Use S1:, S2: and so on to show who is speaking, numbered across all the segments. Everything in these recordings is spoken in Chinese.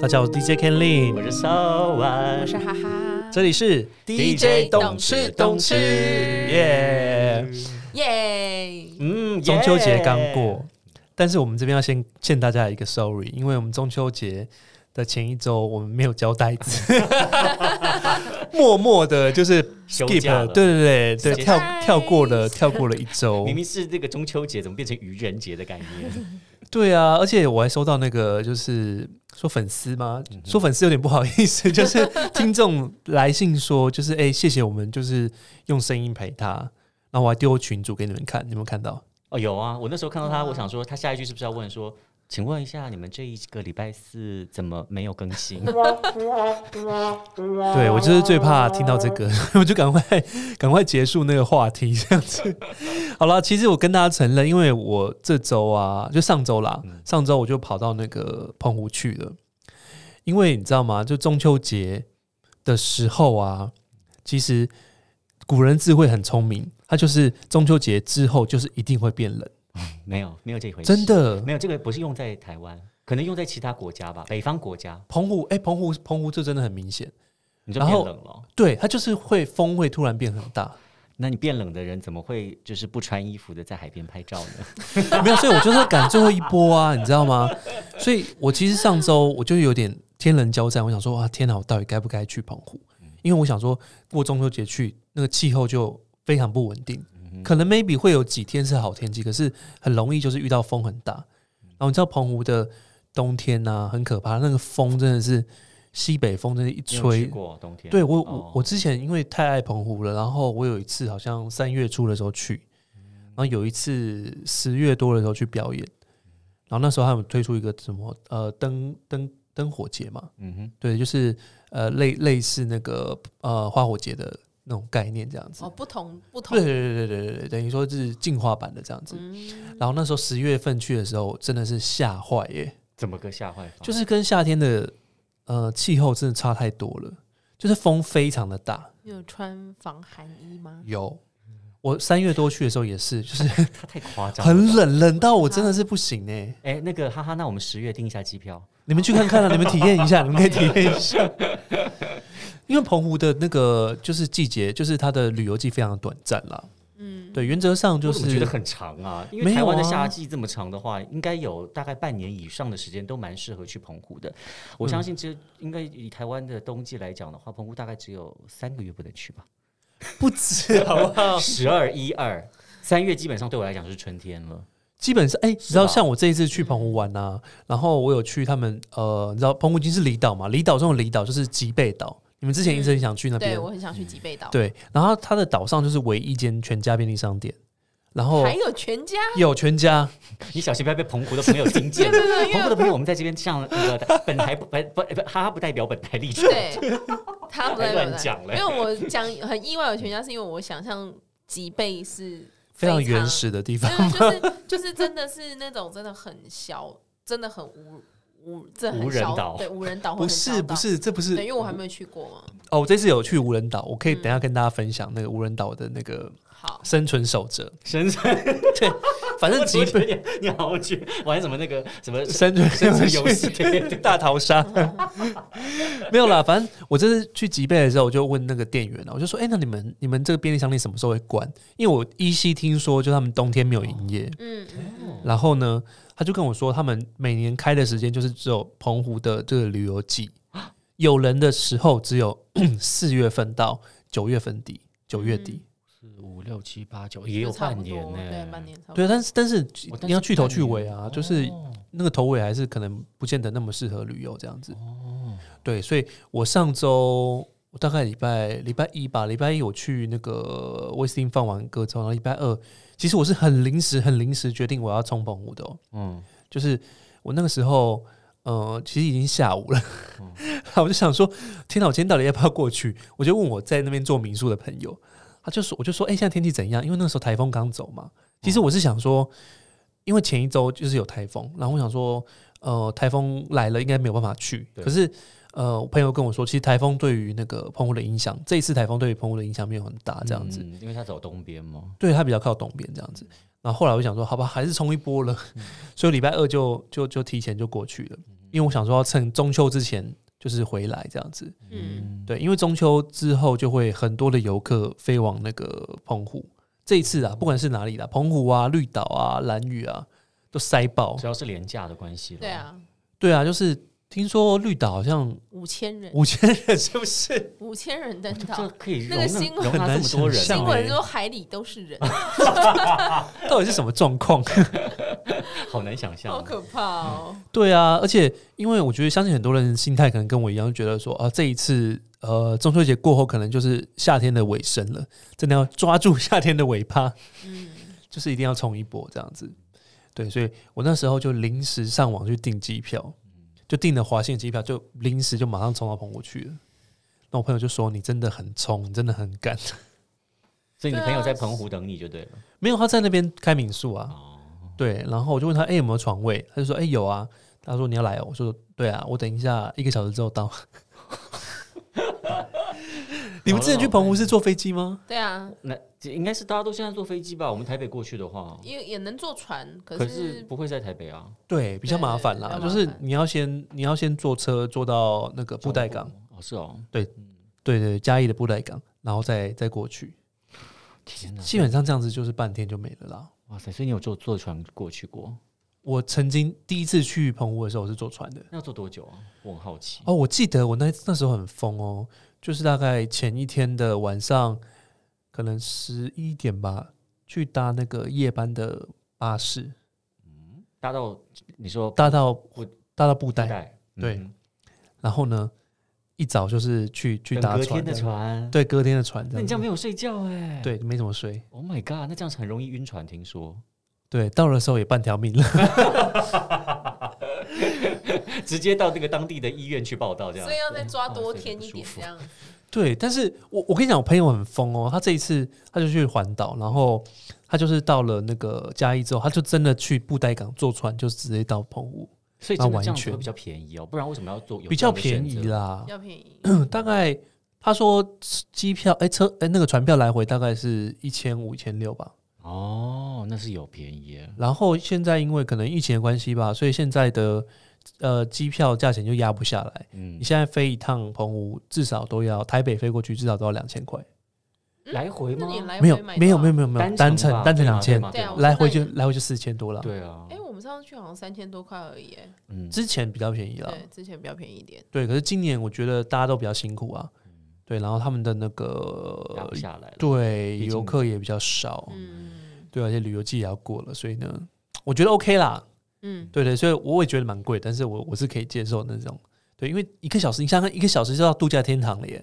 S1: 大家好，我是 DJ Ken Lin，
S2: 我是烧
S3: 我
S2: 完
S3: 是哈哈，
S1: 这里是
S3: DJ 懂吃懂吃
S1: 耶。
S3: 耶！
S2: 嗯，
S1: 中秋节刚
S2: 耶，
S1: 过，但是我们这边要先欠大家一个 sorry，因为我们中秋节的前一周我们没有交代 子， 默默的就是
S2: 休
S1: skip，
S2: 假
S1: 了
S2: 了
S1: 对对对对，
S2: Surprise
S1: 跳跳过了跳过了一周，
S2: 明明是这个中秋节，怎么变成愚人节的概念？
S1: 对啊，而且我还收到那个，就是说粉丝吗？说粉丝有点不好意思，就是听众来信说，就是哎、谢谢我们，就是用声音陪他，然后我还丢群主给你们看，你有没有看到？
S2: 哦，有啊，我那时候看到他，我想说，他下一句是不是要问说，请问一下，你们这一个礼拜四怎么没有更 新？
S1: 对我就是最怕听到这个，
S2: 哦
S1: 我就赶快赶快结束那个话题，这样子。好了，其实我跟大家承认，因为我这周啊，就上周啦，
S2: 嗯
S1: 上周我就跑到那个澎湖去了，因为你知道吗？就中秋节的时候啊，其实古人智慧很聪明，他就是中秋节之后就是一定会变冷，
S2: 没有，没有这回事，
S1: 真的。
S2: 没有，这个不是用在台湾，可能用在其他国家吧，北方国家，
S1: 澎湖，哎、澎湖，澎湖，这真的很明显，
S2: 你就
S1: 然
S2: 变
S1: 后
S2: 冷了。
S1: 对，它就是会风会突然变很大，
S2: 那你变冷的人怎么会就是不穿衣服的在海边拍照呢？
S1: 没有，所以我就是赶最后一波啊，你知道吗？所以我其实上周我就有点天人交战，我想说哇，天哪，我到底该不该去澎湖？
S2: 嗯
S1: 因为我想说过中秋节去，那个气候就非常不稳定，
S2: 嗯
S1: 可能 maybe 会有几天是好天气，可是很容易就是遇到风很大。
S2: 嗯
S1: 然后你知道澎湖的冬天呐、很可怕，那个风真的是西北风，真的一
S2: 你有
S1: 吹
S2: 去，过冬天？
S1: 对我我、
S2: 哦
S1: 我之前因为太爱澎湖了，然后我有一次好像三月初的时候去，
S3: 嗯
S1: 然后有一次十月多的时候去表演，然后那时候他们推出一个什么呃灯灯灯火节嘛，
S2: 嗯哼，
S1: 对，就是呃类类似那个呃花火节的那种概念这样子。
S3: 哦，不同不同
S1: 对，对对对对对，等于说是进化版的这样子。
S3: 嗯，
S1: 然后那时候十月份去的时候，真的是吓坏耶！
S2: 怎么个吓坏法？
S1: 就是跟夏天的呃气候真的差太多了，就是风非常的大。
S3: 你有穿防寒衣吗？
S1: 有，我三月多去的时候也是，就是
S2: 他太夸张，
S1: 很。冷，冷到我真的是不行哎、
S2: 哎、那个哈哈，那我们十月订一下机票。
S1: 你们去看看啊，你们体验一下，你 们可以体验一下。 因为澎湖的那个就是季节，就是它的旅游季非常短暂啦。
S3: 嗯，
S1: 对，原则上就
S2: 我怎么
S1: 是
S2: 觉得很长啊，因
S1: 没
S2: 为
S1: 有
S2: 台湾的
S1: 啊
S2: 夏季这么长的话，应该有大概半年以上的时间都蛮适合去澎湖的。我相信，这应该以台湾的冬季来讲的话，澎湖大概只有三个月不能去吧，
S1: 不啊止，好不好？
S2: 十二、一二、三月基本上对我来讲是春天了。
S1: 基本上，哎、你知
S2: 是吧
S1: 道，像我这一次去澎湖玩啊，然后我有去他们，呃，你知道澎湖已经是离岛嘛，离岛中的离岛就是吉贝岛，你们之前一直很想去那边
S3: 嗯对，我很想去吉贝岛，
S1: 对，然后它的岛上就是唯一一间全家便利商店，然后
S3: 还有全家，
S1: 有全家，
S2: 你小心不要被澎湖的朋友听见。澎湖的朋友，我们在这边像那个本台不本不不哈哈不代表本台立场。
S3: 对， 他不在
S2: 还乱讲嘞
S3: 因为我讲很意外有全家，是因为我想象吉贝是
S1: 非常原始的地
S3: 非
S1: 方。
S3: 常，就是就是就是真的是那种真的很小，真的很无无这很
S2: 无人
S3: 小
S2: 岛
S3: 对无人岛或
S1: 不
S3: 很小
S1: 是
S3: 岛
S1: 不，是，这不是
S3: 对，因为我还没有去过嘛。
S1: 哦。我这次有去无人岛，我可以等一下跟大家分享那个无人岛的那个
S3: 好，
S1: 生存守则。
S2: 深圳，
S1: 对，反正基
S2: 我觉
S1: 本
S2: 得你你好好去玩什么那个什么
S1: 生存
S2: 生存游
S1: 游戏
S2: 戏，对对对
S1: 大逃杀没有啦。反正我这次去吉贝的时候，我就问那个店员了，我就说：“哎、那你们你们这个便利商店什么时候会关？因为我依稀听说，就他们冬天没有营业。
S3: 嗯嗯嗯
S1: 然后呢，他就跟我说，他们每年开的时间就是只有澎湖的这个旅游季，有人的时候只有 四月份到九月份底，九月底。
S2: 四五六七八九也
S3: 就
S2: 有
S3: 差
S2: 半
S3: 不
S2: 年
S3: 多
S2: 呢、
S3: 对，半年差不多。
S1: 对，但是但是
S2: 我但
S1: 你要
S2: 是
S1: 去头
S2: 半
S1: 去尾
S2: 年
S1: 啊，就是
S2: 哦
S1: 那个头尾还是可能不见得那么适合旅游这样子。
S2: 哦
S1: 对，所以我上周我大概礼拜礼拜一吧，礼拜一我去那个威斯汀放完歌之后，然后礼拜二其实我是很临时很临时决定我要冲澎湖的、哦，
S2: 嗯，
S1: 就是我那个时候。呃，其实已经下午了， 我就想说，天哪，我今天到底要不要过去？我就问我在那边做民宿的朋友，他就说，我就说，哎、现在天气怎样？因为那个时候台风刚走嘛。其实我是想说，因为前一周就是有台风，然后我想说，呃，台风来了应该没有办法去。
S2: 对
S1: 可是，呃，我朋友跟我说，其实台风对于那个澎湖的影响，这一次台风对于澎湖的影响没有很大，这样子。
S2: 嗯因为他走东边嘛。
S1: 对，它比较靠东边这样子。 然后后来我就想说，好吧，还是冲一波了，所以礼拜二就就就提前就过去了。因因为我想说要趁中秋之前就是回来这样子。
S3: 嗯，
S1: 对，因为中秋之后就会很多的游客飞往那个澎湖。这一次啊，不管是哪里啦，澎湖啊、绿岛啊、兰屿啊，都塞爆
S2: 主。要是廉价的关系了。
S3: 对，啊，
S1: 对啊，就是听说绿岛好像
S3: 五千人，
S1: 五千人，是不是？
S3: 五千人登
S2: 这
S3: 岛。
S2: 可以
S3: 那
S2: 容
S3: 个
S2: 纳
S3: 新闻
S2: 容
S1: 很
S2: 纳这么多人
S1: 难想
S2: 啊，
S1: 象
S3: 新闻说海里都是人，
S1: 到底是什么状况？
S2: 好难想象
S3: 好
S2: 哦。
S3: 可怕哦！
S1: 对啊，而且因为我觉得，相信很多人心态可能跟我一样，就觉得说啊，这一次呃中秋节过后，可能就是夏天的尾声了，真的要抓住夏天的尾巴，
S3: 嗯，
S1: 就是一定要冲一波这样子。对，所以我那时候就临时上网去订机票，就订了华信机票，就临时就马上冲到澎湖去了。那我朋友就说：“你真的很冲，你真的很赶。
S2: 所以你
S3: 对啊
S2: 朋友在澎湖等你就对了。”
S1: 没有，他在那边开民宿啊。
S2: 哦，
S1: 对，然后我就问他：“哎、有没有床位？”他就说：“哎、有啊。”他说：“你要来哦？”我说：“对啊，我等一下一个小时之后 到。”你们之前去澎湖是坐飞机吗？
S3: 对啊，
S2: 那这应该是大家都现在坐飞机吧？我们台北过去的话，
S3: 也也能坐船，
S2: 可
S3: 可
S2: 是
S3: 是
S2: 不会在台北啊，
S1: 对，比较麻烦
S3: 对
S1: 啦，
S3: 比较
S1: 就
S3: 麻
S1: 是
S3: 烦
S1: 你要先你要先坐车坐到那个布袋港，
S2: 哦，是哦，
S1: 对对，嘉义的布袋港，然后再再过去，
S2: 天哪，
S1: 基本上这样子就是半天就没了啦。
S2: 哇塞！所以你有坐坐船过去过？
S1: 我曾经第一次去澎湖的时候，我是坐船的。
S2: 那要坐多久啊？我很好奇。
S1: 哦，我记得我那那时候很疯哦，就是大概前一天的晚上，可能十一点吧，去搭那个夜班的巴士，
S2: 搭到你说嗯
S1: 搭到
S2: 我
S1: 搭到布
S2: 大
S1: 袋，
S2: 概
S1: 对然后呢，一早就是去去
S2: 去
S1: 搭
S2: 隔
S1: 船
S2: 天的，船。
S1: 对，隔天的船
S2: 那
S1: 这
S2: 你这
S1: 样
S2: 样没
S1: 子，
S2: 有睡觉哎？
S1: 对，没怎么睡，
S2: ，Oh my god！那这样很容易晕船，听说
S1: 对，到了时候也半条命了。
S2: 直接到那个当地的医院去报道这样哦
S3: 所以。要再抓多天一
S2: 对啊
S3: 点
S2: 哇塞
S3: 这样。
S1: 对，但是我我跟你讲，我朋友很疯哦，他这一次他就去环岛，然后他就是到了那个嘉义之后，他就真的去布袋港坐船，就直接到澎湖，
S2: 所以
S1: 那
S2: 真的
S1: 完
S2: 这样子
S1: 全
S2: 会比较便宜哦，不然为什么要做有
S1: 比
S2: 这
S1: 较
S2: 样的选
S1: 便
S2: 择
S1: 宜
S2: 啊
S1: 啦，
S3: 要 便宜，
S1: 大概。他说机票，哎、车，哎、那个船票来回大概是一千五、一千六吧。
S2: 哦，那是有便宜耶。
S1: 然后现在因为可能疫情的关系吧，所以现在的呃机票价钱就压不下来。
S2: 嗯
S1: 你，现在飞一趟澎湖，至少都要台北飞过去，至少都要两千块。
S3: 嗯
S2: 来回
S3: 那
S2: 吗
S3: 你？
S1: 没
S3: 来回
S1: 有，
S3: 买
S1: 没有，
S3: 多少
S1: 没有，没有，没有，单程
S2: 吧
S1: 单程
S2: 对
S1: 两
S2: 吗
S1: 千，
S2: 对吗
S3: 对啊
S1: 来回就
S3: 我
S1: 来回就四千多了。
S2: 对啊
S3: 哎、，我们上次去好像三千多块而已，哎，
S2: 嗯，
S1: 之前比较便宜啦，
S3: 对，之前比较便宜一点。
S1: 对。可是今年我觉得大家都比较辛苦啊，对。然后他们的那个
S2: 压不下来了。
S1: 对
S2: 毕竟
S1: 游客也比较
S2: 哦
S1: 少，
S3: 嗯
S1: 对，而且旅游季也要过了，所以呢，我觉得 OK 啦，
S3: 嗯，
S1: 对对。所以我也觉得蛮贵，但是我我是可以接受那种，对，因为一个小时，你想想看，一个小时就到度假天堂了耶。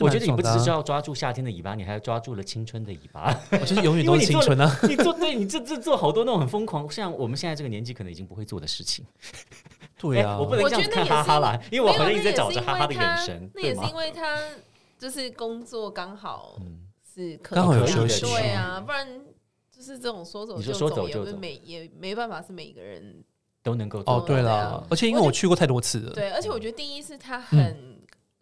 S2: 我觉得你不只是
S1: 知道，
S2: 要抓住夏天的尾巴，你还 要抓住了青春的尾巴。
S1: 我就是永远都是青春 啊！
S2: 你做对，你这这做好多那种很疯狂，像我们现在这个年纪可能已经不会做的事情。
S1: 对啊，
S2: 哎我不能这样子看哈哈啦，因为我好像一直在找着哈哈的眼神，
S3: 那也
S2: 对
S3: 是
S2: 吗
S3: 因？为他就是工作刚好
S2: 嗯
S3: 是可以
S1: 刚好有
S3: 的
S1: 休息
S3: 对啊，不然就是这种说走
S2: 你说
S3: 就
S2: 说走
S3: 也
S2: 就
S3: 不
S2: 走
S3: 每也没办法是每个人
S2: 都能够做
S1: 哦，对
S3: 对
S1: 啦
S3: 啊，
S1: 而且因为我去过太多次了，
S3: 对，而且我觉得第一是他
S2: 嗯
S3: 很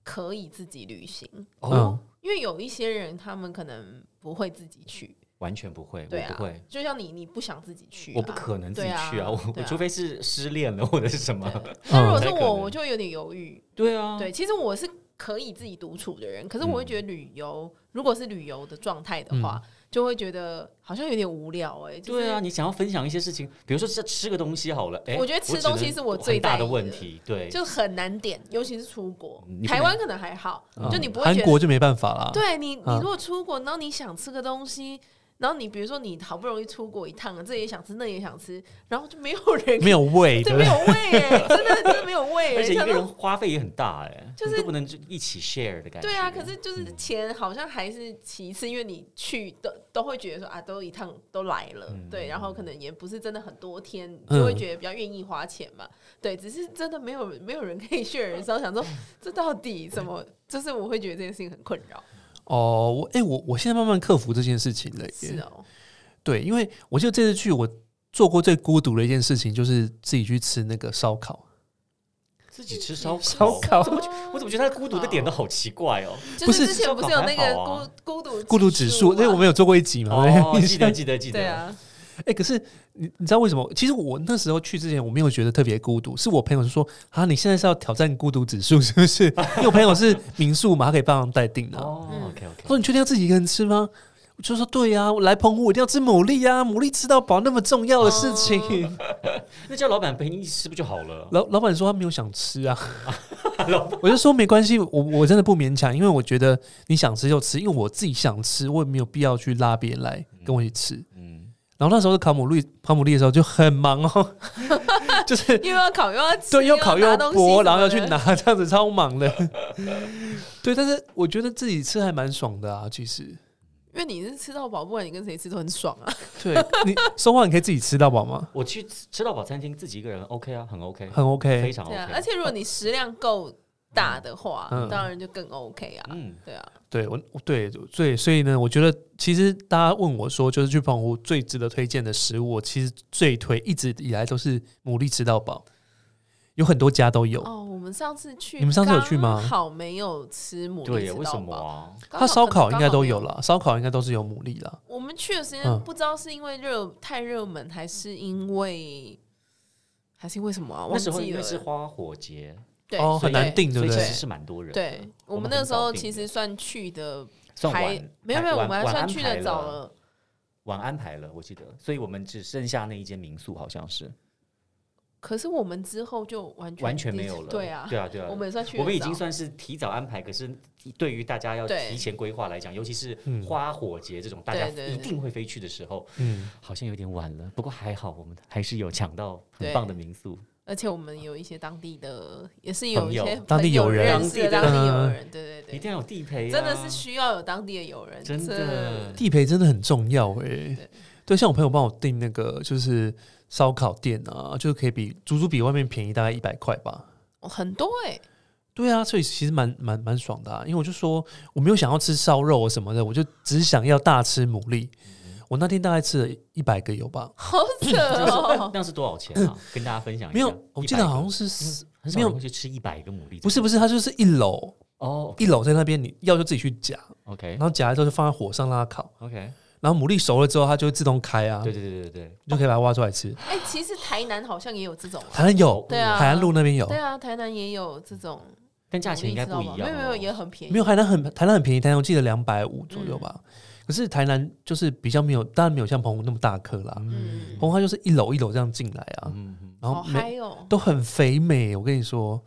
S3: 可以自己旅行，
S1: 嗯，
S3: 因为有一些人他们可能不会自己去，
S2: 完全不会，
S3: 对
S2: 我
S3: 啊
S2: 不会，
S3: 就像你你不想自己去啊、
S2: 我不可能自己去
S3: 对
S2: 啊，
S3: 啊，
S2: 我我
S3: 对啊
S2: 除非是失恋了或者是什么，
S3: 对那如果是
S2: 不太可
S3: 我，
S2: 能
S3: 我就有点犹豫，
S2: 对啊，
S3: 对，其实我是可以自己独处的人，
S2: 嗯
S3: 可是我会觉得旅游，如果是旅游的状态的话，就会觉得好像有点无聊哎、就是
S2: 对啊，，你想要分享一些事情，比如说是吃个东西好了，哎，
S3: 我觉得吃东西
S2: 只能
S3: 是我最
S2: 很大
S3: 在
S2: 的
S3: 意
S2: 问
S3: 的
S2: 题，对，嗯
S3: 就很难点，尤其是出国
S2: 你，不
S3: 台
S2: 能
S3: 湾可能还好，
S1: 嗯
S3: 就你不会
S1: 韩
S3: 觉得，
S1: 国就没办法啦。
S3: 对你，你
S1: 嗯
S3: 如果出国，然后你想吃个东西。然后你比如说你好不容易出国一趟，这也想吃那也想吃，然后就没有人，
S1: 没有 胃，对
S3: 这
S1: 不
S3: 没
S1: 对？
S3: 有味哎、真的真的没有味、欸，
S2: 而且一个
S3: 想说
S2: 人花费也很大哎，
S3: 就
S2: 你
S3: 是
S2: 都不能就一起 share 的感觉，
S3: 对啊，可是
S1: 嗯
S3: 就是钱好像还是其次，因为你去都都会觉得说啊，都一趟都来了，
S2: 嗯
S3: 对，然后可能也不是真的很多天，
S1: 嗯
S3: 就会觉得比较愿意花钱嘛，对，只是真的没有没有人可以 share 的时候，想说这到底怎么，就是我会觉得这件事情很困扰，
S1: 哦，我哎、我我现在慢慢克服这件事情了耶。
S3: 是哦，
S1: 对，因为我记得这次去我做过最孤独的一件事情，就是自己去吃那个烧烤。
S2: 自己吃烧
S1: 烧烤
S2: 怎么觉我怎么觉得他孤独的点都好奇怪 哦？
S3: 就
S1: 不是
S3: 是之前不是有那
S2: 烧
S3: 个
S2: 烤还好
S3: 孤
S2: 啊
S3: 孤独
S1: 孤独指数，因为我
S3: 们
S1: 们有做过一集嘛。
S2: 哦，
S1: 你
S2: 记得
S1: 像
S2: 记得记
S3: 对
S2: 得，
S3: 啊，
S1: 哎、可是你你知道为什么？其实我那时候去之前，我没有觉得特别孤独，是我朋友就说啊，你现在是要挑战孤独指数是不 是？因为我朋友是民宿嘛，他可以帮忙待定的、啊。
S3: 嗯
S2: 哦，OK
S1: 他
S2: OK，
S1: 说你确定要自己一个人吃吗？我就说对呀、我来澎湖我一定要吃牡蛎呀、牡蛎吃到饱那么重要的事情。
S2: 哦那叫老板陪你一起吃不就好了？
S1: 老老板说他没有想吃 啊，我就说没关系，我我真的不勉强，因为我觉得你想吃就吃，因为我自己想吃，我也没有必要去拉别人来跟我一起吃。
S2: 嗯，
S1: 然后那时候烤牡蛎烤牡蛎的时候就很忙 哦，就是
S3: 又要烤又要吃
S1: 对，又烤又
S3: 要
S1: 要
S3: 拿东西
S1: 剥，然后要
S3: 什
S1: 去
S3: 么的，
S1: 拿，这 样子超忙的。对，但是我觉得自己吃还蛮爽的啊，其实。
S3: 因为你是吃到饱，不管你跟谁吃都很爽啊。
S1: 对 你说话你可以自己吃到饱吗？
S2: 我去吃吃到饱餐厅自己一个人 OK 啊，很 OK，
S1: 很
S2: 非
S1: OK，
S2: 常
S3: 对
S2: OK，
S3: 啊，而且如果你食量够大的话，
S1: 嗯
S3: 当然就更 OK 啊。
S2: 嗯，
S3: 对啊，
S1: 对我对对，所以呢，我觉得其实大家问我说，就是去澎湖最值得推荐的食物，我其实最推一直以来都是牡蛎吃到饱，有很多家都有。
S3: 哦，我们上次去，
S1: 你们上次有去吗
S3: 好没有吃牡蛎
S2: 对，
S3: 吃
S2: 为
S3: 到
S2: 什么
S3: 饱，
S2: 啊？
S3: 刚
S1: 它
S3: 好
S1: 烧
S3: 可能
S1: 烤应该
S3: 刚好
S1: 都
S3: 没
S1: 有啦，烧烤应该都是有牡蛎啦。
S3: 我们去的时间
S1: 嗯
S3: 不知道是因为热太热门，还是因为还是因为什么啊？忘
S2: 那时候
S3: 记
S2: 因
S3: 了
S2: 为。是花火节，
S3: 对，
S1: 哦，很难
S3: 对。
S1: 定，对
S2: 所以
S1: 不
S2: 其
S1: 对
S2: 实？是蛮多人的。
S3: 对我们
S2: 很
S3: 那个时
S2: 早
S3: 候
S2: 定
S3: 其实算去的
S2: 算晚
S3: 还，没有没有，我
S2: 晚
S3: 们还
S2: 晚
S3: 算
S2: 安
S3: 去
S2: 排
S3: 的早，了。
S2: 晚安排了，我记得，所以我们只剩下那一间民宿，好像是
S3: 可是我们之后就完全
S2: 完全没有了。
S3: 对啊，
S2: 对啊，对啊，
S3: 我们也算去
S2: 我
S3: 得
S2: 们已经
S3: 早
S2: 算是提早安排，可是对于大家要
S3: 对
S2: 提前规划来讲，尤其是
S1: 嗯
S2: 花火节这种大家
S3: 对对对
S2: 一定会飞去的时候，
S1: 嗯，
S2: 好像有点晚了。不过还好，我们还是有抢到很
S3: 对
S2: 棒的民宿。
S3: 而且我们有一些当地的，也是有一
S2: 朋
S3: 些
S2: 友
S1: 当地
S3: 朋
S1: 友
S3: 友
S1: 人
S3: 认识的
S2: 当
S3: 当
S1: 地的
S3: 地友
S1: 嗯
S3: 人，对
S2: 一
S3: 对
S2: 定要有地陪、
S3: 对，
S2: 啊，
S3: 真的是需要有当地的友人，
S2: 真的
S3: 这
S1: 地陪真的很重要哎、
S3: 对
S1: 对，像我朋友帮我订那个就是烧烤店啊，就是可以比足足比外面便宜大概一百块吧。
S3: 哦很多哎，
S1: 对啊，所以其实蛮蛮蛮爽的、啊，因为我就说我没有想要吃烧肉啊什么的，我就只想要大吃牡蛎。
S2: 嗯
S1: 我那天大概吃了一百个有吧，
S3: 好扯
S2: 那是
S3: 哦。
S2: 那是多少钱啊？跟大家分享一下。
S1: 没有，我记得好像
S2: 是
S1: 是四
S2: 很少
S1: 没有
S2: 人会去吃一百个牡蛎，
S1: 不是不是，它就是一楼，
S2: 哦
S1: 一楼在那边你要就自己去夹，
S2: ，OK
S1: 然后夹了之后就放在火上让它烤，
S2: OK，
S1: 然后牡蛎熟了之后它就会自动开啊，
S2: 对对对对对，
S1: 你就可以把它挖出来吃。
S3: 哎，其实台南好像也有这种啊，
S1: 台南有，
S3: 对啊
S1: 海岸路那边有，
S3: 对啊，台南也有这种，
S2: 但价钱应该不一样、
S3: 啊
S2: 哦
S3: 没有没有，也
S2: 有，
S3: 很便
S1: 哦
S3: 宜，
S1: 没有海南很台南很便宜，台南我记得两百五左右吧。
S3: 嗯
S1: 可是台南就是比较没有，当然没有像澎湖那么大颗啦。
S3: 嗯
S1: 澎湖它就是一楼一楼这样进来啊，
S2: 嗯嗯，
S1: 然
S3: 好
S1: 后每
S3: 嗨哦，
S1: 都很肥美。我跟你说，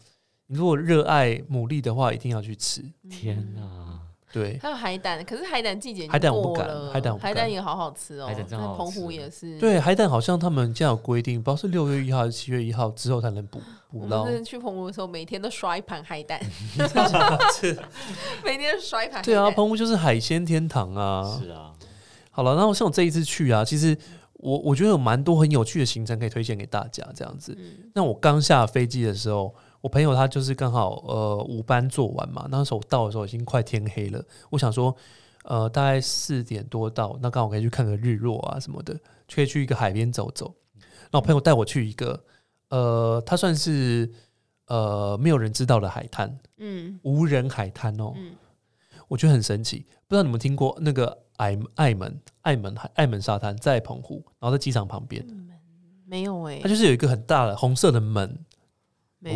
S1: 你如果热爱牡蛎的话，一定要去吃。
S2: 天哪，
S1: 对，
S3: 嗯还有海胆，可是海胆季节已经
S1: 海胆我不
S3: 过
S1: 敢
S3: 了
S1: 海胆我不敢
S3: 也好好吃哦，
S2: 海胆真好
S3: 那澎湖
S2: 吃
S3: 也是，
S1: 对，海胆好像他们家有规定，不知道是六月一号还是七月一号之后才能捕
S3: 我
S1: 捕
S3: 们
S1: 捞
S3: 真。的去澎湖的时候，每天都刷一盘 海胆， 每天都刷一盘海胆。
S1: 对啊，澎湖就是海鲜天堂啊。
S2: 是啊，
S1: 好了，那我像我这一次去啊，其实我我觉得有蛮多很有趣的行程可以推荐给大家。这样子，那我刚下飞机的时候，我朋友他就是刚好呃午班做完嘛，那时候我到的时候已经快天黑了，我想说呃大概四点多到，那刚好可以去看个日落啊什么的，就可以去一个海边走走。那我朋友带我去一个呃，它算是呃没有人知道的海滩，
S3: 嗯
S1: 无人海滩哦，
S3: 嗯
S1: 我觉得很神奇。不知道你们听过那个爱爱门爱门海爱门沙滩在澎湖，然后在机场旁边，
S3: 嗯没有哎
S1: 它，就是有一个很大的红色的门，
S3: 没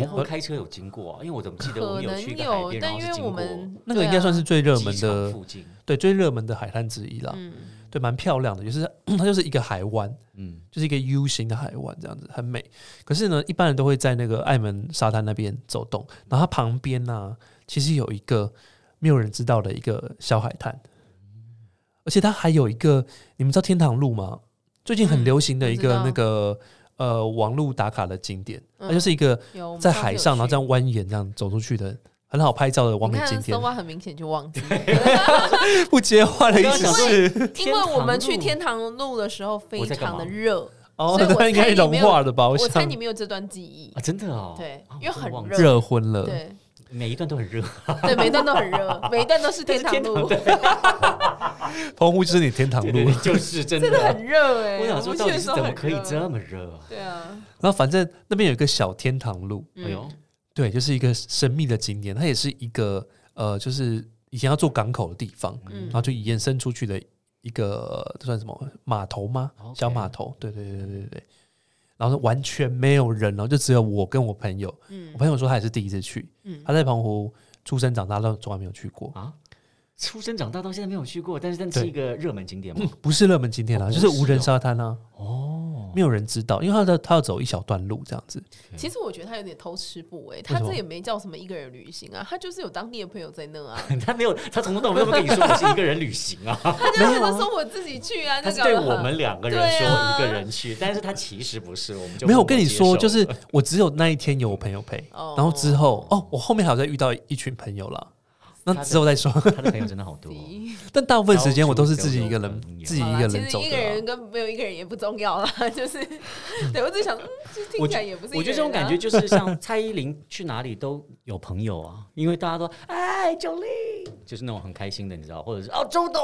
S2: 我们
S3: 有，
S2: 开车有经过、啊，因为我怎么记得我
S3: 可
S2: 们有
S3: 能
S2: 去一个海
S3: 有，
S2: 边，然后
S3: 但因
S2: 是
S3: 为
S2: 经
S3: 我
S2: 过
S3: 们
S1: 那个
S3: 对
S1: 应该算是
S3: 啊
S1: 最热门
S2: 机
S1: 的
S2: 场，附近，
S1: 对，最热门的海滩之一啦。
S3: 嗯
S1: 对，蛮漂亮的，就是 它就是一个海湾，
S2: 嗯，
S1: 就是一个 U 型的海湾，这样子很美。可是呢，一般人都会在那个爱门沙滩那边走动，然后它旁边呢、其实有一个没有人知道的一个小海滩，而且它还有一个，你们知道天堂路吗？最近很
S3: 嗯
S1: 流行的一
S3: 我知
S1: 个
S3: 道
S1: 那个、呃网络打卡的景点，它
S3: 嗯
S1: 就是一个
S3: 有我们
S1: 在
S3: 上次
S1: 海
S3: 有
S1: 上，然后
S3: 去
S1: 这样蜿蜒这样走出去的。很好拍照的完
S3: 你
S1: 美
S3: 看
S1: 景点
S3: 松，花很明显就忘记了，
S1: 不接话的意
S2: 刚
S1: 思
S2: 刚想
S1: 是
S3: 因为我们去
S2: 天
S3: 天堂路的时候非
S2: 我在干
S3: 常的
S2: 嘛
S3: 热，
S1: 哦，
S3: 所以我
S1: 那应该
S3: 猜你
S1: 融
S3: 没有
S1: 化了吧？我
S3: 我猜
S1: 想
S3: 你没有这段记忆
S2: 啊，。真的哦，
S3: 对
S2: 啊
S3: 因为
S2: 我真的
S3: 很
S2: 忘记
S3: 热
S1: 热昏
S2: 呃
S1: 了，
S3: 对
S2: 每一段都很 热，
S3: 对，每一段都 很热，每一段都是天堂路，
S2: 对
S1: 澎湖就是你天堂
S2: 对
S1: 路
S2: 对，。就是真
S3: 真的很热哎。
S2: 我想说，
S3: 们
S2: 到
S3: 去
S2: 底
S3: 的
S2: 是
S3: 时候
S2: 怎么
S3: 很
S2: 可以
S3: 热
S2: 这么热？
S3: 对啊，
S1: 然后反正那边有一个小天堂路，
S3: 嗯
S2: 哎呦，
S1: 对，就是一个神秘的景点，它也是一个呃，就是以前要做港口的地方，
S3: 嗯
S1: 然后就延伸出去的一个这算什么码头吗
S2: 哦 OK
S1: 小码头，对对对对对对。然后完全没有人哦，就只有我跟我朋友。
S3: 嗯
S1: 我朋友说他也是第一次去，
S3: 嗯
S1: 他在澎湖出生长大，但从来没有去过。
S2: 啊，出生长大到现在没有去过，但是但
S1: 对
S2: 是一个热门景点嘛。
S1: 不是热门景点啊，
S2: 哦
S1: 就是
S2: 不是
S1: 无人
S2: 哦
S1: 沙滩啊，
S2: 哦，
S1: 没有人知道，因为他的他要走一小段路这样子。
S3: 其实我觉得他有点偷吃步哎、
S1: 什么
S3: 他这也没叫什么一个人旅行啊，他就是有当地的朋友在那 啊，
S2: 他没有，他从头到尾都没有跟你说我是一个人旅行啊，
S3: 他就他就说我自己去啊，
S2: 他
S3: 那
S2: 是
S3: 个
S2: 对我们两个人说
S3: 对啊
S2: 一个人去，但是他其实不是，我们就
S1: 没有，
S2: 默
S1: 我
S2: 默
S1: 跟你
S2: 接受
S1: 说，就是我只有那一天有我朋友陪，
S3: 哦
S1: 然后之后哦，我后面还有再遇到一群朋友啦。那
S2: 他的
S1: 之后再说，
S2: 他的朋友真的好 多哦。
S1: 但大部分时间我都是自己一个
S2: 到
S1: 人
S2: 处都有朋，友
S1: 自己一
S3: 好
S1: 个
S3: 啦 其
S1: 人
S3: 实
S1: 走
S2: 啊
S3: 一
S1: 的
S3: 个
S1: 啦
S3: 人。啊跟没有一个人也不重要啦，就是， 对我只想，嗯， 就听
S2: 我
S3: 起
S2: 觉
S3: 来也不是一个人啊、
S2: 我觉得这种感觉就是像蔡依林去哪里都有朋友啊，因为大家都哎九令，就是那种很开心的，你知道，或者是哦周董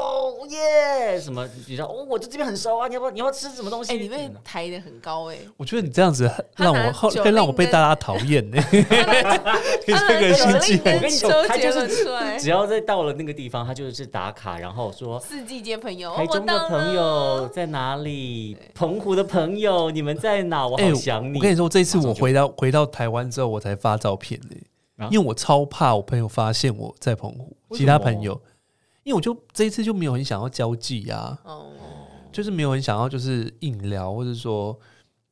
S2: 耶什么，你知道哦我在这边很熟啊，你要不要你要不要吃什么东西？
S3: 哎、你被抬得很高哎、
S1: 我觉得你这样子很
S3: 他
S1: 让
S3: 拿
S1: 我后
S3: 酒
S1: 会让我
S3: 令
S1: 被
S3: 跟
S1: 大家讨厌呢。 你
S3: 他
S1: 这个心机
S3: 酒令
S1: 很，
S3: 跟周杰伦出 来，
S2: 只要在到了那个地方，他就是打卡，然后说。
S3: 四季街朋友，
S2: 台中的朋友在哪里？澎湖的朋友，你们在哪？我好
S1: 哎
S2: 想你。
S1: 我跟你说，这次
S2: 马上
S1: 我
S2: 就
S1: 回到回到台湾之后，我才发照片呢、
S2: 啊
S1: 因为我超怕我朋友发现我在澎湖，
S2: 为什么
S1: 其他朋友，因为我就这一次就没有很想要交际啊，
S3: 哦，
S1: 就是没有很想要就是硬聊，或者说，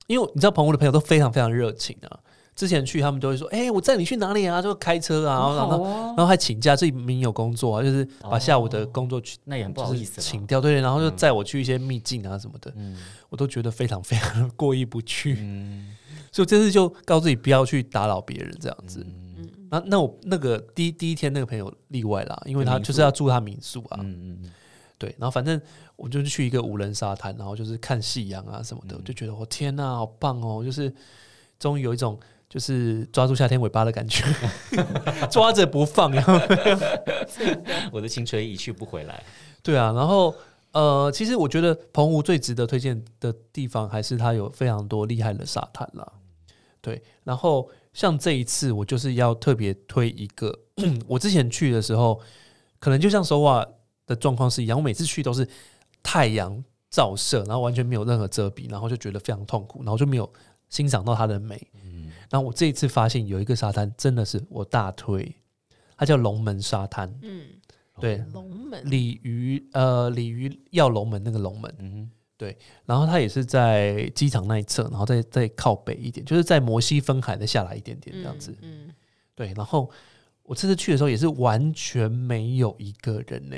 S1: 因为你知道澎湖的朋友都非常非常热情啊，之前去他们都会说，哎、我载你去哪里啊，就开车啊，然后
S2: 很
S1: 然
S2: 好
S1: 后、
S2: 哦
S1: 然后还请假，自己明明有工作啊，就是把
S2: 哦
S1: 下午的工作去。
S2: 那也很不好
S1: 就是
S2: 意思了。
S1: 请掉对，然后就载我去一些秘境啊什么的，
S2: 嗯
S1: 我都觉得非常非常过意不去。
S2: 嗯
S1: 所以我这次就告诉自己不要去打扰别人这样子。
S2: 嗯
S1: 那那我那个第一第一天那个朋友例外啦，因为他
S2: 民宿
S1: 就是要住他民宿啊，
S2: 嗯嗯，
S1: 对。然后反正我就是去一个无人沙滩，然后就是看夕阳啊什么的，我就觉得我、天呐、好棒哦！就是终于有一种就是抓住夏天尾巴的感觉， 抓着不放。然后
S2: 我的青春一去不回来。
S1: 对啊，然后呃，其实我觉得澎湖最值得推荐的地方还是它有非常多厉害的沙滩啦。对，然后像这一次我就是要特别推一个，嗯我之前去的时候，可能就像首瓦的状况是一样，我每次去都是太阳照射，然后完全没有任何遮蔽，然后就觉得非常痛苦，然后就没有欣赏到它的美。
S2: 嗯，
S1: 然后我这一次发现有一个沙滩真的是我大推，它叫龙门沙滩，
S3: 嗯，
S1: 对，
S3: 龙门，
S1: 鲤鱼呃鲤鱼要龙门那个龙门，
S2: 嗯
S1: 然后它也是在机场那一侧，然后再再靠北一点，就是在摩西分海再下来一点点这样子。
S3: 嗯，嗯
S1: 对，然后我这次去的时候也是完全没有一个人呢、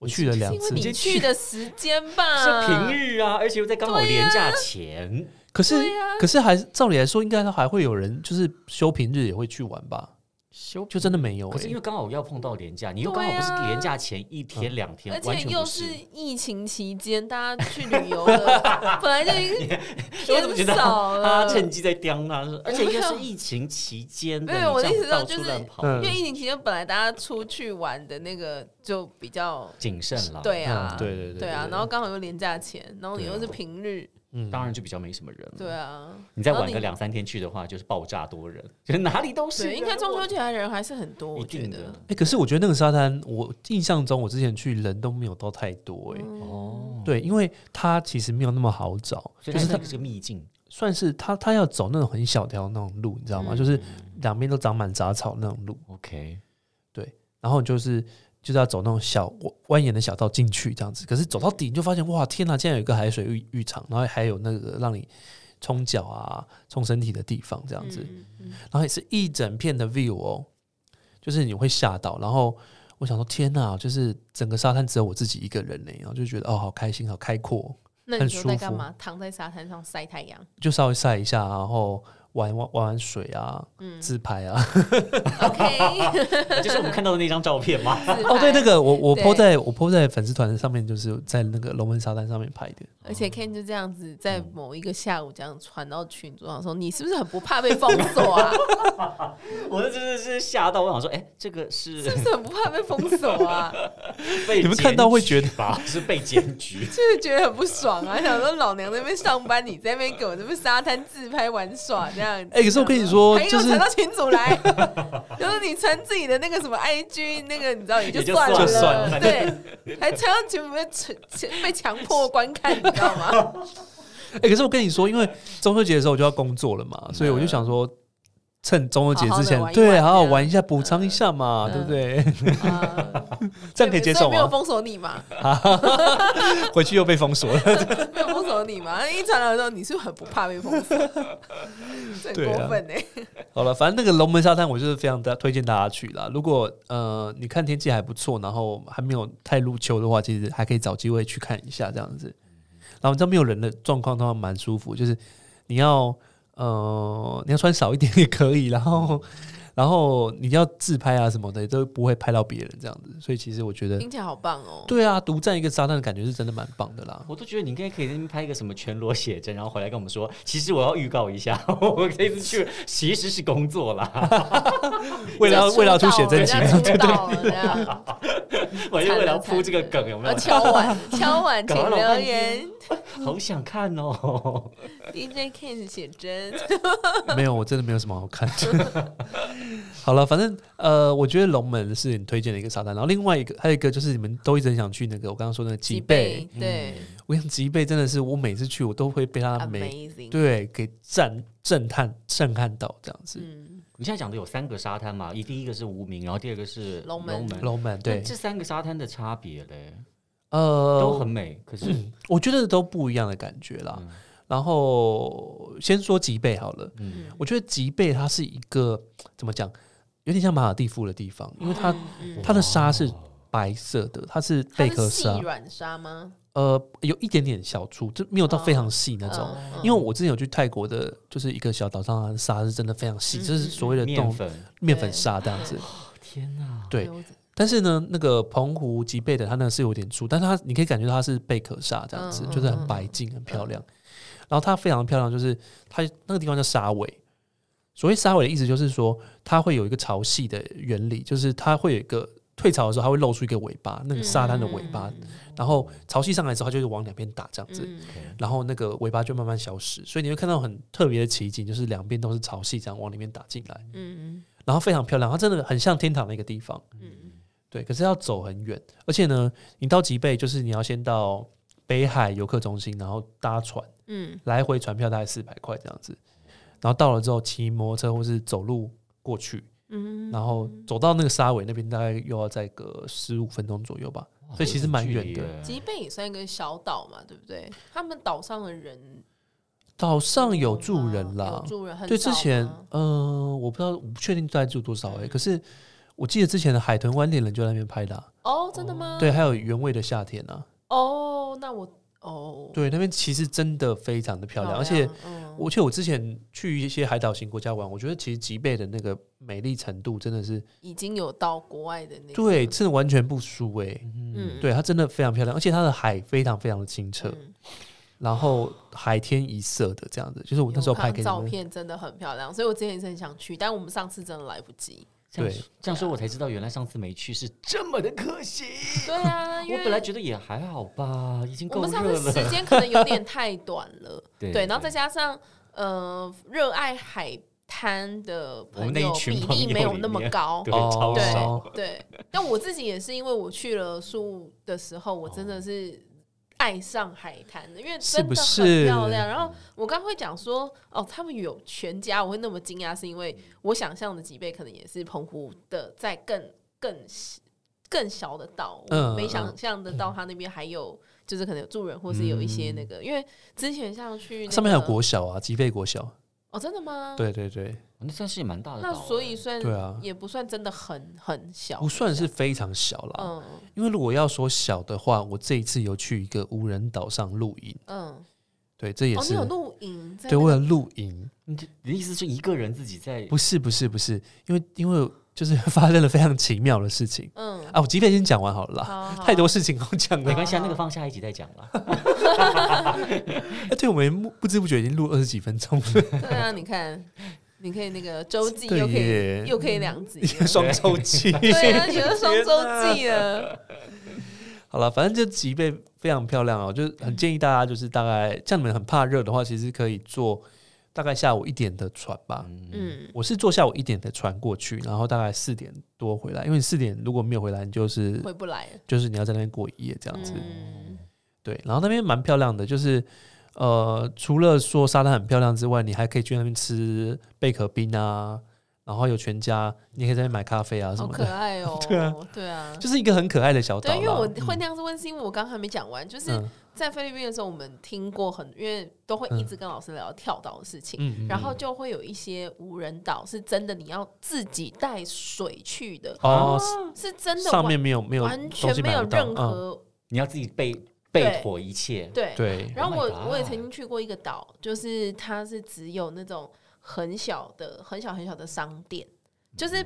S1: 我去了两
S3: 是因为
S1: 次，
S3: 你去的时间吧，
S2: 是平日啊，而且又在刚好廉价前，
S1: 可是、
S3: 对啊
S1: 可是还照理来说，应该还会有人就是休平日也会去玩吧？
S2: 休
S1: 就真的没有、
S2: 可是因
S1: 欸
S2: 为，刚好要碰到廉价，你又
S3: 对
S2: 刚
S3: 啊
S2: 好不是廉价前一天两天
S3: 而，
S2: 完
S3: 且
S2: 全
S3: 又
S2: 不
S3: 是疫情期间，大家去旅游的本来就已经
S2: 我怎么觉
S3: 偏
S2: 得
S3: 少
S2: 他
S3: 了。
S2: 趁机在刁他？ 而且又
S3: 没
S2: 是
S3: 有
S2: 疫情期间的，
S3: 没有
S2: 你
S3: 我
S2: 这
S3: 的
S2: 样
S3: 意思说
S2: 到
S3: 就
S2: 处
S3: 是
S2: 乱跑
S1: 嗯
S3: 因为疫情期间，本来大家出去玩的那个就比较
S2: 谨慎了。
S3: 对啊，
S1: 嗯对对对
S3: 对啊，然后刚好又廉价钱，然后你
S2: 对啊
S3: 又是平日，
S1: 嗯，
S2: 当然就比较没什么人了。
S3: 对啊，
S2: 你再
S3: 然后
S2: 晚个两三天去的话，就是爆炸多人，就是哪里都是
S3: 对，
S2: 人。
S3: 应该中秋节的人还是很多，
S2: 我一
S3: 我觉
S2: 定
S3: 得
S2: 的。嗯
S1: 哎、可是我觉得那个沙滩，我印象中我之前去人都没有到太多哎、
S3: 嗯
S2: 哦，
S1: 对，因为它其实没有那么好找，就
S2: 所以它
S1: 是
S2: 是
S1: 它
S2: 一个秘境，
S1: 算是它它要走那种很小条那种路，你知道吗？
S3: 嗯
S1: 就是两边都长满杂草那种路，
S2: OK，
S1: 然后就是就是要走那种小蜿蜒的小道进去这样子。可是走到底你就发现，哇，天哪！竟然有一个海水浴浴场，然后还有那个让你冲脚啊、冲身体的地方这
S3: 这
S1: 样子，
S3: 嗯嗯
S1: 然后也是一整片的 view 哦，就是你会吓到。然后我想说，天哪！就是整个沙滩只有我自己一个人呢，然后就觉得哦，好开心，好开阔哦、
S3: 那
S1: 很
S3: 你就
S1: 舒
S3: 在干
S1: 服
S3: 嘛？躺在沙滩上晒太阳，
S1: 就稍微晒一下，然后玩玩玩玩水啊，
S3: 嗯
S1: 自拍啊。
S3: ，OK，
S2: 就是我们看到的那张照片吗？
S1: 哦，对，那
S3: 个，
S1: 个我我
S3: 对
S1: po 在我 po 在粉丝团上面，就是在那个龙门沙滩上面拍的。
S3: 而且 Ken 就这样子，在某一个下午这样传到群组上说，你是不是很不怕被封锁啊？
S2: 我真的是吓到，我想说，哎、这个是
S3: 是不是很不怕被封锁啊？
S2: 被
S1: 你们看到会觉
S2: 得吧，是被检举。
S3: 就是觉得很不爽啊，想说老娘在那边上班，你在那边给我这边沙滩自拍玩耍这样子。
S1: 哎、可是我跟你说，
S3: 还给
S1: 就
S3: 我
S1: 是
S3: 传到群组来， 就是你传自己的那个什么 IG 那个，你知道也就
S2: 也就
S3: 算
S2: 算
S1: 了
S3: 对，还这样就被强被强迫观看，你知道 吗？
S1: 哎、可是我跟你说，因为中秋节的时候我就要工作了嘛，所以我就想说，趁中秋节之前，
S3: 嗯好好地玩一玩
S1: 对，
S3: 这样
S1: 好好玩一下，补偿一下嘛，
S3: 嗯
S1: 对不 对？
S3: 啊，
S1: 这样可以接受
S3: 所没有
S1: 吗？
S3: 封锁你嘛？
S1: 回去又被封锁了，
S3: 没有封锁你嘛？一传来之后，你是不是很不怕被封锁，
S1: 啊
S3: 这很
S1: 对啊
S3: 过分欸呢、
S1: 好了，反正那个龙门沙滩，我就是非常大推荐大家去啦。如果呃你看天气还不错，然后还没有太入秋的话，其实还可以找机会去看一下这样子。然后你知道没有人的状况通常蛮舒服，就是你要呃你要穿少一点也可以，然后 然后你要自拍啊什么的都不会拍到别人这样子，所以其实我觉得
S3: 听起来好棒哦！
S1: 对啊，独占一个沙滩的感觉是真的蛮棒的啦。
S2: 我都觉得你应该可以在那边拍一个什么全裸写真，然后回来跟我们说，其实我要预告一下，我这次去其实是工作啦，
S1: 为了要为了要出写真集，
S3: 对对对，
S2: 我就为了铺这个梗，有没
S3: 要
S2: 有？
S3: 哦敲碗 敲碗，请
S2: 搞了老
S3: 留
S2: 半
S3: 言
S2: 天。好想看哦！
S3: DJ Ken 写真，
S1: 没有，我真的没有什么好看 的。好了，反正呃，我觉得龙门是你推荐的一个沙滩，然后另外一个还有一个就是你们都一直很想去那个我刚刚说那个吉贝，
S3: 对
S1: 我想吉贝真的是我每次去我都会被
S3: 啊
S1: 它美
S3: ，Amazing，
S1: 对给震震撼震撼到这样子。
S3: 嗯，
S2: 你现在讲的有三个沙滩嘛？一第一个是无名，然后第二个是
S3: 龙门
S2: 门，
S1: 龙门
S2: 那
S1: 对，
S2: 这三个沙滩的差别嘞，都
S1: 呃
S2: 很，美，可是
S1: 嗯我觉得都不一样的感觉啦。
S2: 嗯
S1: 然后先说吉贝好了，
S2: 嗯，
S1: 我觉得吉贝它是一个怎么讲，有点像马尔蒂夫的地方，因为它、
S3: 嗯
S1: 它的沙是白色的，它是贝壳
S3: 它是
S1: 沙
S3: 细，软沙吗？
S1: 呃，有一点点小粗，就没有到非常细那种。
S3: 嗯
S1: 因为我之前有去泰国的，就是一个小岛上，它的沙是真的非常细，
S3: 嗯
S1: 就是所谓的
S2: 面
S1: 冻
S2: 粉，
S1: 面粉沙这样子。
S2: 天哪！
S1: 对，但是呢，那个澎湖吉贝的它那个是有点粗，但是它你可以感觉到它是贝壳沙这样子，
S3: 嗯嗯
S1: 就是很
S3: 嗯
S1: 白净、很漂亮。然后它非常漂亮，就是它那个地方叫沙尾。所谓沙尾的意思就是说，它会有一个潮汐的原理，就是它会有一个退潮的时候，它会露出一个尾巴，那个沙滩的尾巴，然后潮汐上来之后，它就是往两边打这样子，
S3: 嗯
S1: 然后那个尾巴就慢慢消失，所以你会看到很特别的奇景，就是两边都是潮汐这样往里面打进来，
S3: 嗯
S1: 然后非常漂亮，它真的很像天堂的一个地方。
S3: 嗯
S1: 对，可是要走很远，而且呢，你到吉贝就是你要先到北海游客中心，然后搭船，
S3: 嗯
S1: 来回船票大概四百块这样子，然后到了之后骑摩托车或是走路过去，
S3: 嗯，
S1: 然后走到那个沙尾那边大概又要再个十五分钟左右吧。
S2: 哇
S1: 所以其实蛮远的
S2: 有点距离耶
S3: 吉贝也算一个小岛嘛，对不对？他们岛上的人
S1: 岛上有住人
S3: 嗯有
S1: 啦，
S3: 住人很
S1: 对，之
S3: 少
S1: 前
S3: 吗
S1: 呃，我不知道，我不确定在住多少哎、
S3: 嗯
S1: 可是我记得之前的海豚湾恋人就在那边拍的啊、
S3: 哦，真的吗？
S1: 对，还有原味的夏天啊，
S3: 哦，那我哦，
S1: 对，那边其实真的非常的漂亮，而且
S3: 嗯
S1: 我而且我之前去一些海岛型国家玩，我觉得其实吉贝的那个美丽程度真的是，
S3: 已经有到国外的那个
S1: 对，真的完全不输哎、
S3: 嗯
S1: 对，它真的非常漂亮，而且它的海非常非常的清澈，
S3: 嗯
S1: 然后海天一色的这样子，就是我那时候
S3: 有看
S1: 拍给你
S3: 照
S1: 们，
S3: 片真的很漂亮，所以我之前也是很想去，但我们上次真的来不及。
S2: 这样
S1: 对
S2: 这样说我才知道，原来上次没去是这么的可惜。
S3: 对啊，因
S2: 我
S3: 为
S2: 本来觉得也还好吧，已经
S3: 我
S2: 够
S3: 们
S2: 热
S3: 上次时
S2: 了。
S3: 间可能有点太短了，
S2: 对
S3: 对，然后再加上呃，热爱海滩的
S2: 我们
S3: 朋
S2: 那一
S3: 友
S2: 群
S3: 比
S2: 朋友
S3: 例没有
S2: 里
S3: 那么
S2: 面
S3: 高，
S2: 对
S1: 哦
S2: 超
S3: 对
S2: 少，
S3: 对， 但我自己也是因为我去了宿的时候，我真的是爱上海滩的，因为
S1: 哦是
S3: 真
S1: 不
S3: 的
S1: 是
S3: 很漂亮。然后我刚会讲说，哦，他们有全家，我会那么惊讶，是因为我想象的几倍可能也是澎湖的，在更更小更小的岛，
S1: 嗯
S3: 我没想象得到他那边还有。就是可能有住人，或是有一些那个，因为之前像去、那个、
S1: 嗯上面还有国小啊，吉贝国小，
S3: 哦，真的吗？，
S1: 对对对，
S2: 那算是也蛮大的岛
S3: 那
S2: 了。
S3: 所以算
S1: 对啊
S3: 也不算真的很很小，
S1: 不算是非常小啦，
S3: 嗯
S1: 因为如果要说小的话，我这一次有去一个无人岛上露营，
S3: 嗯，
S1: 对，这也
S3: 哦，
S1: 是、
S3: 你有露营在
S1: 对
S3: 那
S1: 我
S3: 个
S1: 有露营，
S2: 你的你的意思是一个人自己在
S1: 不是不是不是，因为因为就是 发生了非常奇妙的事情
S3: 嗯，
S1: 啊，我即便先讲完好了啦，
S3: 好好
S1: 太多事情好讲
S2: 没
S1: 了，
S2: 关系啊，那个放下一集再讲了。
S1: 哎对我们不不知不觉已经录二十几分钟了，
S3: 对啊，你看，你可以那个周记
S1: 对
S3: 又可
S1: 耶
S3: 以又可以两集 了，
S1: 双周期，
S3: 对啊，有的双周
S1: 天哪
S3: 记了，
S1: 好了，反正就脊背啊非常漂亮哦，就是很建议大家，就是大概像你们很怕热的话，其实可以坐大概下午一点的船吧。
S2: 嗯，
S3: 嗯，
S1: 我是坐下午一点的船过去，然后大概四点多回来，因为你四点如果没有回来，你就是
S3: 回不来了，
S1: 就是你要在那边过一夜这样子。
S3: 嗯
S1: 对，然后那边蛮漂亮的，就是呃，除了说沙滩很漂亮之外，你还可以去那边吃贝壳冰啊，然后有全家，你也可以在那边买咖啡啊什
S3: 好
S1: 么
S3: 可
S1: 的，
S3: 爱哦、
S1: 对啊，
S3: 对啊，
S1: 就是一个很可爱的小岛
S3: 对，
S1: 啦。
S3: 因为我会那样子问，是因为我刚刚还没讲完，就是
S1: 嗯
S3: 在菲律宾的时候，我们听过很，因为都会一直跟老师聊跳岛的事情，
S1: 嗯嗯
S3: 然后就会有一些无人岛是真的，你要自己带水去的，
S1: 哦，
S3: 是真的
S1: 上
S3: 完
S1: 面没有没有
S3: 完
S1: 东
S3: 全
S1: 西
S3: 没
S1: 买
S3: 有
S1: 不到
S3: 任
S1: 嗯
S3: 何、
S2: 你要自己背
S3: 对
S2: 背妥一切，
S3: 对。
S1: 对，
S3: 然后
S2: Oh
S3: 我、
S2: my god
S3: 我也曾经去过一个岛，就是它是只有那种很小的、很小很小的商店，就是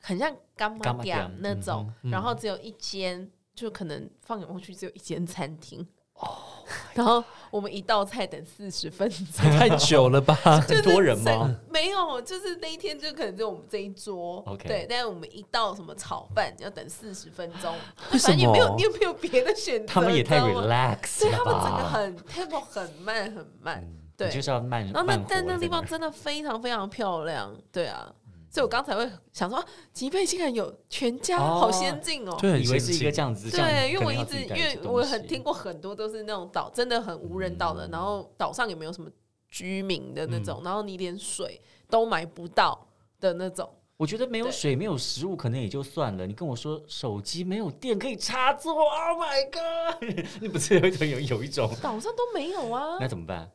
S3: 很像干妈
S2: 嗯干妈
S3: 店
S2: 店
S3: 那种，
S1: 嗯嗯
S3: 然后只有一间，就可能放眼望去只有一间餐厅。
S2: 哦
S3: 然后我们一道菜等四十分钟，
S1: 太久了 吧？
S3: 就是
S2: 很多人吗？
S3: 没有，就是那一天就可能就我们这一桌
S2: OK
S3: 对，但是我们一道什么炒饭要等四十分钟，
S1: 为
S3: 就
S1: 什
S3: 反正也没有
S1: 么
S3: 你有没有别的选择？
S2: 他们也太
S3: 你知道吗
S2: relax
S3: 所以
S2: 了
S3: 他们整个
S2: 吧？
S3: 很 tempo 很慢很慢，
S2: 嗯
S3: 对
S2: 你就是要慢，
S3: 然后那
S2: 慢活
S3: 但那
S2: 在
S3: 地方
S2: 儿
S3: 真的非常非常漂亮，对啊，
S2: 嗯
S3: 所以我刚才会想说，啊吉贝竟然有全家，
S2: 哦
S3: 好先进哦。
S1: 就很
S2: 以为
S1: 先
S2: 是一
S1: 进
S2: 个这样子，像
S3: 对，因为
S2: 可
S3: 我
S2: 能
S3: 一
S2: 要
S3: 直
S2: 自己
S3: 因
S2: 带
S3: 为
S2: 些东
S3: 我很
S2: 西嗯
S3: 听过很多都是那种岛，真的很无人岛的，然后岛上也没有什么居民的那种，然后你连水都买不到的那种。
S2: 我觉得没有
S3: 对
S2: 水、没有食物可能也就算了，你跟我说手机没有电可以插座，Oh my god！你 不是有一种有有一种，
S3: 岛上都没 有啊
S2: 那。怎么办？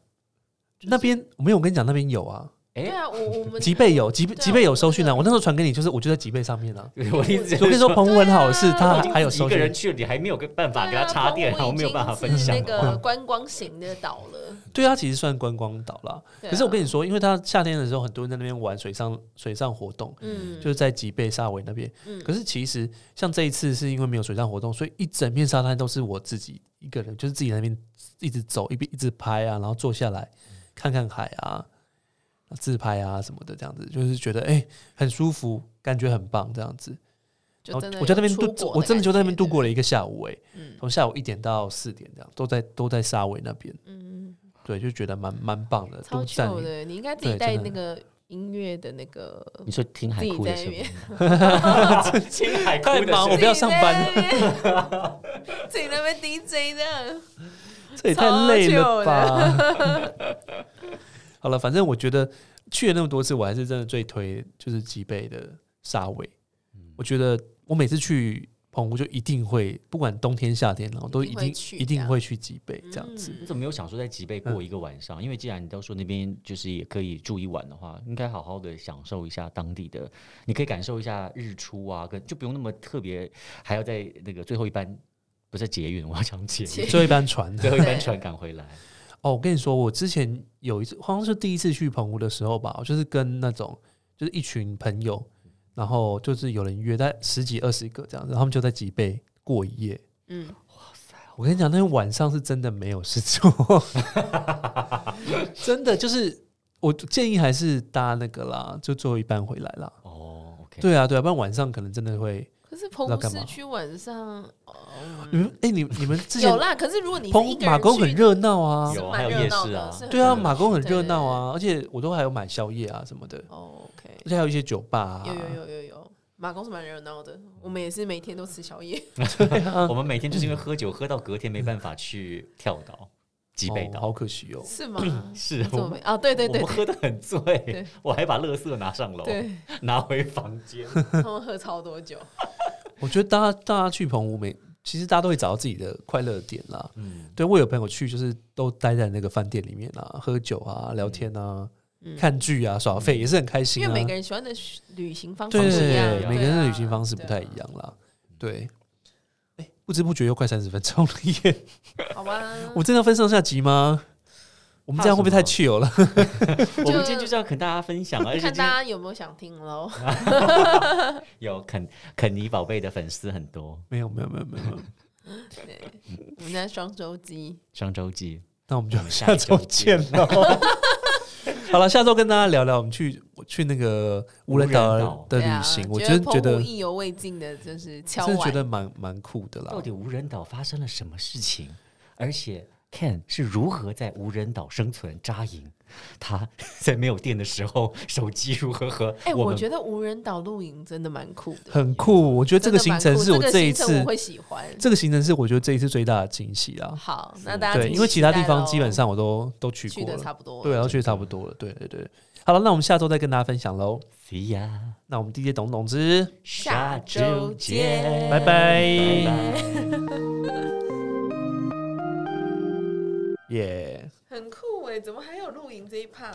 S1: 那边没有，我跟你讲，那边有啊，
S2: 哎
S3: 对啊，我 我们
S1: 吉贝有吉
S3: 对啊
S1: 吉贝有搜讯啊，
S3: 我
S1: 我那时候传给你，就是我就在吉贝上面啊。
S2: 我一直
S1: 我跟你说，澎湖很好的是，
S3: 对啊
S1: 它
S3: 我已
S1: 还有
S2: 一
S1: 搜
S2: 个人
S1: 讯。
S2: 去，你还没有个办法
S3: 对
S2: 给他
S3: 啊
S2: 插电，
S3: 澎
S2: 然
S3: 湖
S2: 后没有
S3: 已
S2: 办
S3: 经
S2: 法分
S3: 是
S2: 享
S3: 那
S2: 的话。
S3: 个观光型的岛了。
S1: 对啊，其实算观光岛啦。
S3: 对啊
S1: 可是我跟你说，因为它夏天的时候，很多人在那边玩水上水上活动，
S3: 嗯，
S1: 就是在吉贝沙尾那边。
S3: 嗯
S1: 可是其实像这一次是因为没有水上活动，所以一整片沙滩都是我自己一个人，就是自己在那边一直走，一边一直拍啊，然后坐下来看看海啊，自拍啊什么的，这样子就是觉得哎、很舒服，感觉很棒这样子。然
S3: 就
S1: 后
S3: 真的
S1: 哦我在那边
S3: 有出
S1: 度，
S3: 国
S1: 我真的就在那边度过
S3: 了。
S1: 了一个下午哎、
S3: 嗯
S1: 从下午一点到四点这样，都在都在沙尾那边，
S3: 嗯，
S1: 对，就觉得蛮蛮棒的，
S3: 超
S1: 都占
S3: 糗的，你应该自己
S1: 对
S3: 带
S1: 真
S3: 那
S1: 的
S3: 个音乐的那个。
S2: 你说听海
S3: 自己
S2: 哭的
S3: 在
S2: 时
S3: 那边
S2: 候吗， 听海哭
S1: 太
S2: 的
S1: 忙
S2: 时
S1: 我
S2: 候
S1: 不要上班
S3: 自己在那边，自己在那边 DJ 的，
S1: 这也太累了吧！ 好了，反正我觉得去了那么多次，我还是真的最推就是吉贝的沙尾。我觉得我每次去澎湖就一定会，不管冬天夏天，然后哦都一
S3: 一定会
S1: 定
S3: 去嗯
S1: 一定会去吉贝 这样子。
S2: 你怎么没有想说在吉贝
S1: 嗯
S2: 过一个晚上？因为既然你都说那边就是也可以住一晚的话，应该好好的享受一下当地的，你可以感受一下日出啊，跟就不用那么特别，还要在那个最后一班不是捷运，我要讲捷
S3: 捷
S2: 运，
S3: 运
S1: 最后一班船
S2: 最后一班
S3: 对
S2: 船赶回来。
S1: 哦，我跟你说，我之前有一次，好像是第一次去澎湖的时候吧，我就是跟那种就是一群朋友，然后就是有人约在十几二十个这样子，然后他们就在吉贝过一夜。
S3: 嗯，
S1: 我跟你讲，那天晚上是真的没有事做， 真的就是我建议还是搭那个啦，就最后一班回来啦。
S2: 哦，OK，
S1: 对啊，对啊，不然晚上可能真的会。
S3: 可是澎
S1: 不知道
S3: 湖
S1: 干
S3: 市
S1: 嘛
S3: 区晚上哦
S2: 嗯
S1: 你们哎、你你们之前
S3: 有啦，可是如果你是
S1: 澎
S3: 一
S1: 湖
S3: 个
S1: 马
S3: 人
S1: 公很
S3: 去
S1: 热闹啊，
S3: 是
S2: 有
S3: 蛮
S2: 还有
S3: 热
S2: 夜
S3: 闹
S2: 市
S3: 的
S2: 啊
S3: 是很
S1: 对啊，
S3: 热闹
S1: 马公很
S3: 对对
S1: 热闹啊，而且我都还有买宵夜啊什么的，
S3: 哦，OK，
S1: 而且还有一些酒吧、啊。
S3: 有有有有有，马公是蛮热闹的，我们也是每天都吃宵夜。
S2: 我们每天就是因为
S3: 嗯
S2: 喝酒喝到隔天没办法去跳岛、吉贝
S1: 哦，
S2: 岛，
S1: 好可惜哦。
S3: 是吗？
S2: 是
S3: 怎
S2: 我
S3: 么
S2: 们
S3: 没？啊，对对
S2: 我
S3: 对
S2: 们喝得很醉，我还把垃圾拿上楼，
S3: 对，
S2: 拿回房 间。
S3: 他们喝超多酒，
S1: 我觉得大家大家去澎湖每，其实大家都会找到自己的快乐点啦。
S2: 嗯，
S1: 对我有朋友去，就是都待在那个饭店里面啊，喝酒啊，聊天啊，
S3: 嗯
S1: 看剧啊，耍废也是很开心、
S3: 因
S1: 啊。
S3: 为每个人喜欢的旅行方式
S1: 对
S3: 不
S1: 对
S3: 一样，
S1: 对，
S2: 对
S1: 每个人
S3: 啊
S1: 的旅行方式不太一，样啦。对，哎、不知不觉又快三十分钟了耶！
S3: 对啊好吧？
S1: 我真的要分上下集吗？我们这样会不会太 chill 了？
S2: 我们今天就是要跟大家分 享，而且
S3: 看
S2: 今天
S3: 大家有没有想听喽？
S2: 有肯肯尼宝贝的粉丝很多，
S1: 没有没有没有没有，没有
S3: 对， 我们在双周记，
S2: 双周记
S1: 那我们就
S2: 我们下
S1: 下
S2: 周
S1: 周见了。 好了，下周跟大家聊聊我们去我去那个无人
S2: 无人
S1: 岛
S2: 岛
S1: 的
S3: 对啊
S1: 旅行，我
S3: 觉
S1: 真的觉
S3: 澎湖
S1: 得
S3: 意犹未尽的，就是敲
S1: 真的觉
S3: 碗。
S1: 得蛮蛮酷的啦
S2: 到。底无人岛发生了什么事情？而且 Ken 是如何在无人岛生存扎营，他 在没有电的时候，手机如何和
S3: 哎、
S2: 我
S3: 我
S2: 们
S3: 觉得无人岛露营真的蛮酷的，
S1: 很酷。我觉得这
S3: 真
S1: 个
S3: 的
S1: 行
S3: 蛮
S1: 程
S3: 酷
S1: 是
S3: 这个
S1: 这一
S3: 行程
S1: 次
S3: 我，会喜欢。
S1: 这个行程是我觉得这一次最大的惊喜啦。
S3: 好，那大家
S1: 对，
S3: 请
S1: 因为
S3: 期
S1: 其他地
S3: 待
S1: 方
S3: 咯
S1: 基本上我都都去
S3: 去
S1: 过
S3: 的
S1: 了，
S3: 差不多了，
S1: 对，然后去的差不多了，对对对。好了，那我们下周再跟大家分享喽。
S2: See ya，
S1: 那我们 DJ 董董之，
S3: 下周见
S1: 拜拜，
S2: 拜
S3: 嗯
S2: 拜。
S1: 耶。
S3: 欸很酷哎、怎么还有露营这一趴、